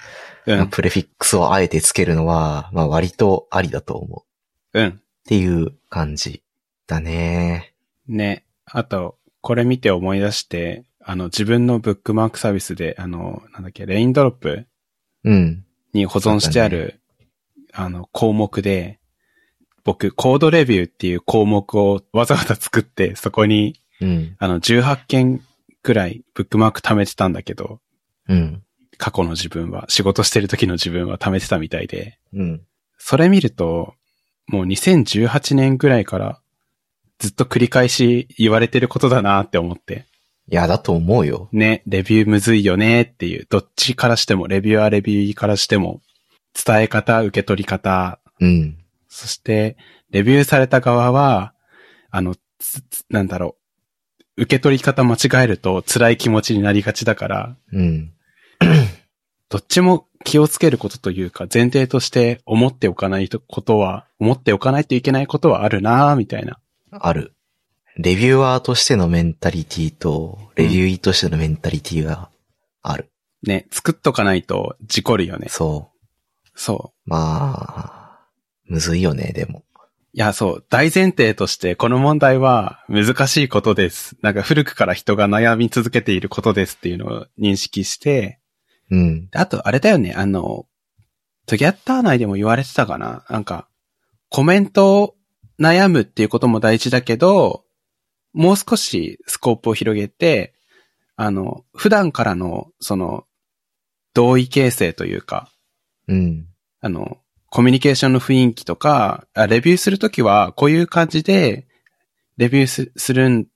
Speaker 1: うん、
Speaker 2: プレフィックスをあえてつけるのは、まあ割とありだと思う。
Speaker 1: うん。
Speaker 2: っていう感じだね。
Speaker 1: ね。あと、これ見て思い出して、あの、自分のブックマークサービスで、あの、なんだっけ、レインドロップ
Speaker 2: うん。
Speaker 1: に保存してある、あの、項目で、僕、コードレビューっていう項目をわざわざ作って、そこに、
Speaker 2: うん。
Speaker 1: あの、18件くらいブックマーク貯めてたんだけど、
Speaker 2: うん。
Speaker 1: 過去の自分は、仕事してる時の自分は貯めてたみたいで、
Speaker 2: うん。
Speaker 1: それ見ると、もう2018年くらいから、ずっと繰り返し言われてることだなって思って、
Speaker 2: いや、だと思うよ。
Speaker 1: ね、レビューむずいよねっていう、どっちからしても、レビュアーレビューからしても、伝え方、受け取り方、
Speaker 2: うん。
Speaker 1: そして、レビューされた側は、あの、つつなんだろう。受け取り方間違えると辛い気持ちになりがちだから、
Speaker 2: うん。
Speaker 1: どっちも気をつけることというか、前提として思っておかないとことは、思っておかないといけないことはあるなぁ、みたいな。
Speaker 2: ある。レビュアーとしてのメンタリティと、レビューイーとしてのメンタリティがある。
Speaker 1: ね、作っとかないと事故るよね。
Speaker 2: そ。
Speaker 1: そう
Speaker 2: まあ、むずいよね、でも。
Speaker 1: う。いや、そう。大前提として、この問題は難しいことです。なんか古くから人が悩み続けていることですっていうのを認識して、
Speaker 2: うん。
Speaker 1: であと、あれだよね、あの、トギャッター内でも言われてたかななんか、コメントを悩むっていうことも大事だけど、もう少しスコープを広げて、あの、普段からの、その、同意形成というか、
Speaker 2: うん。
Speaker 1: あの、コミュニケーションの雰囲気とか、あレビューするときは、こういう感じで、レビューすするん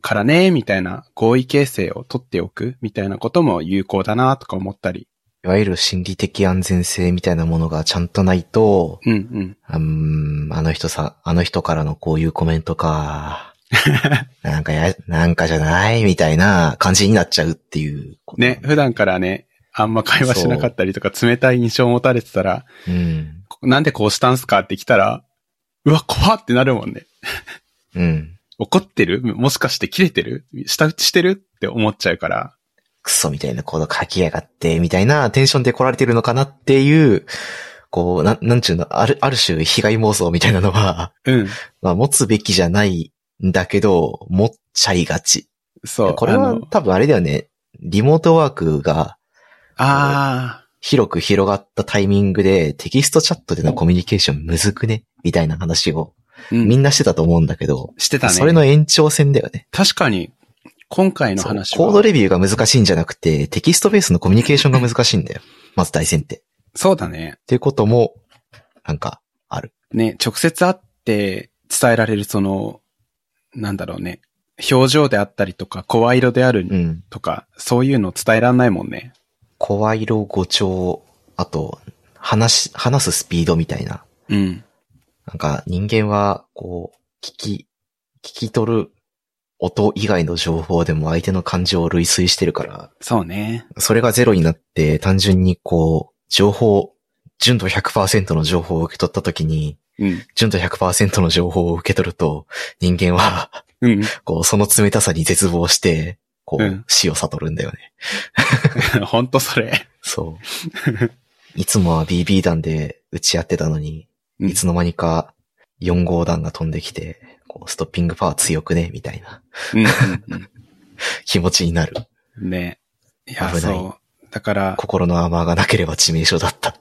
Speaker 1: からね、みたいな合意形成を取っておく、みたいなことも有効だな、とか思ったり。
Speaker 2: いわゆる心理的安全性みたいなものがちゃんとないと、
Speaker 1: うんうん。
Speaker 2: うーん、あの人さ、あの人からのこういうコメン トか、なんかや、なんかじゃないみたいな感じになっちゃうっていうこと
Speaker 1: ね、普段からね、あんま会話しなかったりとか、冷たい印象を持たれてたら、
Speaker 2: うん。
Speaker 1: なんでこうしたんすかって来たら、うわ、怖ってなるもんね。
Speaker 2: うん。
Speaker 1: 怒ってるもしかして切れてる下打ちしてるって思っちゃうから。
Speaker 2: クソみたいなコード書きやがって、みたいなテンションで来られてるのかなっていう、こう、なん、なんちゅうの、ある、ある種被害妄想みたいなのは、
Speaker 1: うん。
Speaker 2: まあ持つべきじゃないんだけど、持っちゃいがち。
Speaker 1: そう。
Speaker 2: これ
Speaker 1: あ
Speaker 2: は
Speaker 1: の
Speaker 2: 多分あれだよね。リモートワークが
Speaker 1: あ
Speaker 2: 広く広がったタイミングでテキストチャットでのコミュニケーションむずくねみたいな話を
Speaker 1: ー、うん、
Speaker 2: みんなしてたと思うんだけど、
Speaker 1: してたね。
Speaker 2: それの延長線だよね。
Speaker 1: 確かに、今回の
Speaker 2: そう
Speaker 1: 話は
Speaker 2: コードレビューが難しいんじゃなくて、テキストベースのコミュニケーションが難しいんだよ。まず大前提。っ
Speaker 1: そうだね。
Speaker 2: ていうことも、なんか、ある。
Speaker 1: ね、直接会って伝えられるその、なんだろうね。表情であったりとか、声色であ
Speaker 2: う
Speaker 1: る
Speaker 2: ん。
Speaker 1: とか、そういうの伝えらんないもんね。
Speaker 2: 声色、語調、あと、話し、話すスピードみたいな。
Speaker 1: うん。
Speaker 2: なんか人間は、こう、聞き、聞き取る音以外の情報でも相手の感情を類推してるから、
Speaker 1: そうね。
Speaker 2: それがゼロになって単純にこう、情報、純度100%の情報を受け取った時に、
Speaker 1: うん。
Speaker 2: 純度100%の情報を受け取ると、人間は、
Speaker 1: うん。
Speaker 2: こう、その冷たさに絶望して、こう、
Speaker 1: うん
Speaker 2: 死を悟るんだよね。
Speaker 1: ほんとそれ。
Speaker 2: そう。いつもは BB 弾で撃ち合ってたのに、
Speaker 1: うん
Speaker 2: いつの間にか4号弾が飛んできて、こうストッピングパワー強くね、みたいな
Speaker 1: うんうん
Speaker 2: 気持ちになる。
Speaker 1: うん。ね。いや、
Speaker 2: 危ない
Speaker 1: そう。だから、
Speaker 2: 心のアーマーがなければ致命傷だった。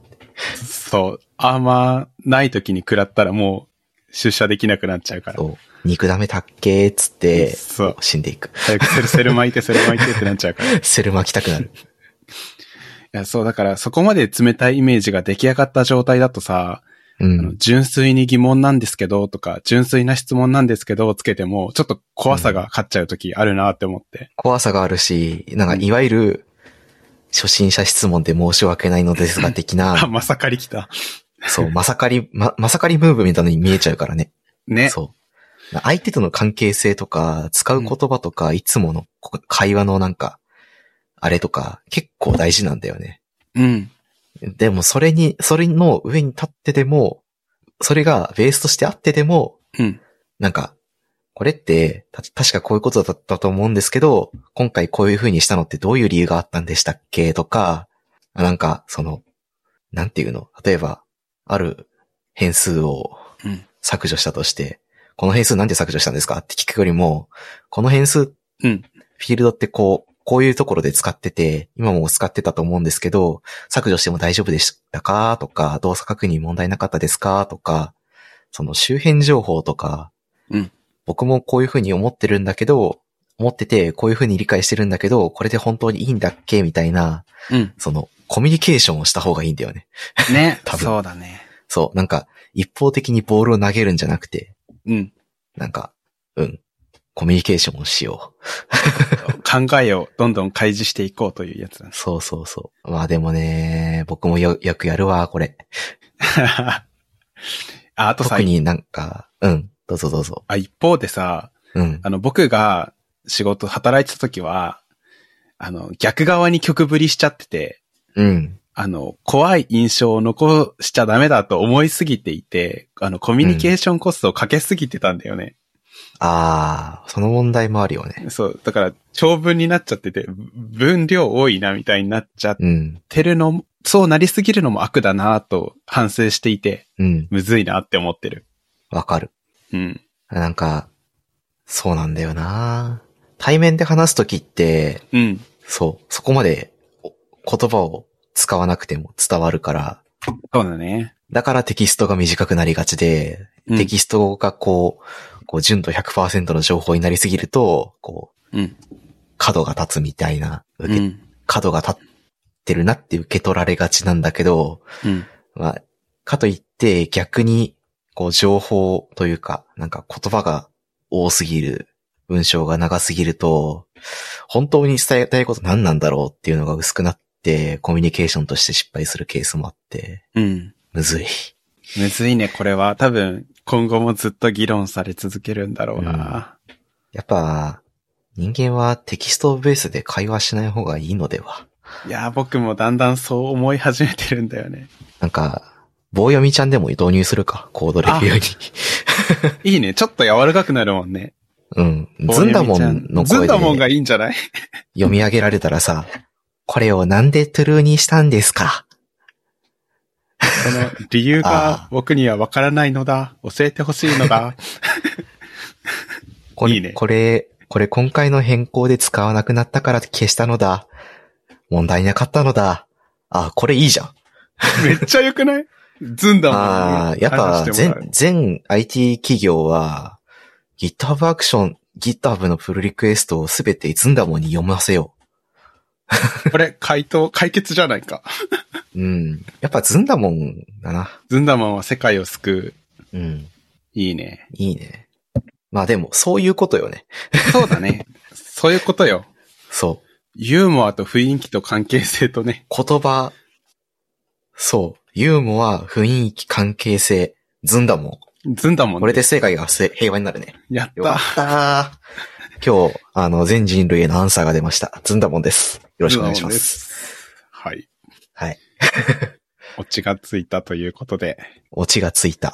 Speaker 1: そう。アーマーない時に食らったらもう出社できなくなっちゃうから。
Speaker 2: そう肉ダメたっけーっつって、
Speaker 1: そう
Speaker 2: 死んでいく。
Speaker 1: 早くセルセル巻いてセル巻いてってなっちゃうから。い
Speaker 2: セル巻きたくなる。
Speaker 1: や、そう、だからそこまで冷たいイメージが出来上がった状態だとさ、
Speaker 2: う
Speaker 1: あの
Speaker 2: ん。
Speaker 1: 純粋に疑問なんですけどとか、純粋な質問なんですけどをつけても、ちょっと怖さが勝っちゃう時あるなって思って。
Speaker 2: 怖さがあるし、なんかいわゆる、初心者質問で申し訳ないのですが的
Speaker 1: あ、
Speaker 2: な、
Speaker 1: まさかり来た。
Speaker 2: そう、まさかり、ま、まさかりムーブみたいなのに見えちゃうからね。
Speaker 1: ね。
Speaker 2: そう。相手との関係性とか、使う言葉とか、いつものこ会話のなんか、あれとか、結構大事なんだよね。
Speaker 1: うん。
Speaker 2: でもそれに、それの上に立ってでも、それがベースとしてあってでも、
Speaker 1: うん。
Speaker 2: なんか、これって、た確かこういうことだったと思うんですけど、今回こういう風にしたのってどういう理由があったんでしたっけとか、あなんか、その、なんていうの例えば、ある変数を
Speaker 1: うん
Speaker 2: 削除したとして、この変数なんで削除したんですかって聞くよりも、この変数、
Speaker 1: うん
Speaker 2: フィールドってこう、こういうところで使ってて、今も使ってたと思うんですけど、削除しても大丈夫でしたかとか、動作確認問題なかったですかとか、その周辺情報とか、
Speaker 1: うん
Speaker 2: 僕もこういうふうに思ってるんだけど、思ってて、こういうふうに理解してるんだけど、これで本当にいいんだっけみたいな、
Speaker 1: うん。
Speaker 2: その、コミュニケーションをした方がいいんだよね。
Speaker 1: ね。
Speaker 2: 多分
Speaker 1: そうだね。
Speaker 2: そう、なんか、一方的にボールを投げるんじゃなくて、
Speaker 1: うん。
Speaker 2: なんか、うん、コミュニケーションをしよう。
Speaker 1: 考えをどんどん開示していこうというやつなんです。
Speaker 2: そうそうそう。まあでもね、僕もよ、よくやるわ、これ。
Speaker 1: あ、あとさ
Speaker 2: 特、になんか、うん、どうぞどうぞ。
Speaker 1: あ一方でさ、
Speaker 2: うん。
Speaker 1: あの、僕が仕事、働いてた時は、あの、逆側に曲振りしちゃってて、
Speaker 2: うん。
Speaker 1: あの、怖い印象を残しちゃダメだと思いすぎていて、あの、コミュニケーションコストをかけすぎてたんだよね。
Speaker 2: あー、その問題もあるよね。
Speaker 1: そう、だから、長文になっちゃってて、分量多いなみたいになっちゃっ
Speaker 2: うん。
Speaker 1: てるのも、そうなりすぎるのも悪だなと反省していて、
Speaker 2: うん。
Speaker 1: むずいなって思ってる。
Speaker 2: わかる。
Speaker 1: うん。
Speaker 2: なんか、そうなんだよな対面で話すときって、
Speaker 1: うん。
Speaker 2: そう、そこまでお言葉を使わなくても伝わるから、
Speaker 1: そうだね。
Speaker 2: だからテキストが短くなりがちで、
Speaker 1: うん
Speaker 2: テキストがこう、こう純度100%の情報になりすぎると、こう、
Speaker 1: うん。
Speaker 2: 角が立つみたいな、
Speaker 1: う
Speaker 2: 受け
Speaker 1: ん。
Speaker 2: 角が立ってるなって受け取られがちなんだけど、
Speaker 1: うん。
Speaker 2: まあ、かといって逆に、こう情報というか、なんか言葉が多すぎる、文章が長すぎると、本当に伝えたいこと何なんだろうっていうのが薄くなって、コミュニケーションとして失敗するケースもあって、
Speaker 1: うん。
Speaker 2: むずい。
Speaker 1: むずいね、これは。多分、今後もずっと議論され続けるんだろうな。
Speaker 2: やっぱ、人間はテキストベースで会話しない方がいいのではい
Speaker 1: やー、僕もだんだんそう思い始めてるんだよね。
Speaker 2: なんか、棒読みちゃんでも導入するか、コードレビュー
Speaker 1: いいね。ちょっと柔らかくなるもんね。
Speaker 2: に。うん。ズンダモンの
Speaker 1: ズン
Speaker 2: 声で
Speaker 1: ダモンがいいんじゃない
Speaker 2: 読み上げられたらさ、これをなんでトゥルーにしたんですか
Speaker 1: その理由
Speaker 2: あ
Speaker 1: が僕にはわからないのだ。 教えてほしいの だ。
Speaker 2: これ、
Speaker 1: いいね
Speaker 2: これ、これ今回の変更で使わなくなったから消したのだ。問題なかったのだ。あ、これいいじゃん。
Speaker 1: めっちゃ良くないズンダモンに
Speaker 2: ああ、やっぱ
Speaker 1: 話してもらう
Speaker 2: 全、全 IT 企業は GitHub アクション、GitHub のプルリクエストをすべてズンダモンに読ませよ
Speaker 1: これ回答、解決じゃないか。
Speaker 2: う。うん。やっぱズンダモンだな。
Speaker 1: ズンダモンは世界を救う。
Speaker 2: うん。
Speaker 1: いいね。
Speaker 2: いいね。まあでも、そういうことよね。
Speaker 1: そうだね。そういうことよ。
Speaker 2: そう。
Speaker 1: ユーモアと雰囲気と関係性とね。
Speaker 2: 言葉、そう。ユーモア、雰囲気、関係性、ずんだもん。
Speaker 1: ズンダモン。
Speaker 2: これで世界がせ平和になるね。
Speaker 1: やっ
Speaker 2: よか
Speaker 1: た。
Speaker 2: ったー。今日、あの、全人類へのアンサーが出ました。ずんだもんです。よろしくお願いしま。
Speaker 1: ズンダモンですす。はい。
Speaker 2: はい。
Speaker 1: オチがついたということで。
Speaker 2: オチがついた。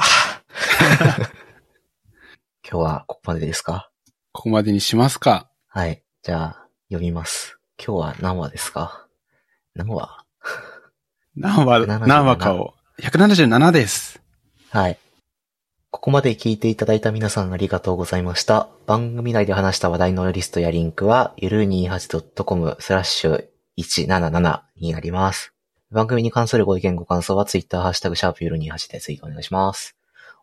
Speaker 2: 今日はここまでですか
Speaker 1: ここまでにしますか。
Speaker 2: はい。じゃあ、読みます。今日は何話ですか何話
Speaker 1: 何話、
Speaker 2: 177
Speaker 1: 何話かを。177です。
Speaker 2: はい。ここまで聞いていただいた皆さんありがとうございました。番組内で話した話題のリストやリンクは、ゆる 28.com スラッシュ177になります。番組に関するご意見ご感想は Twitter ハッシュタグシャープゆる28でツイートお願いします。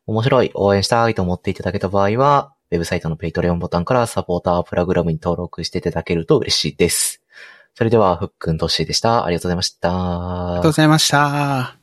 Speaker 2: 面白い、応援したいと思っていただけた場合は、ウェブサイトのペイトレオンボタンからサポータープログラムに登録していただけると嬉しいです。それでは、ふっくんとっしーでした。ありがとうございました。
Speaker 1: ありがとうございました。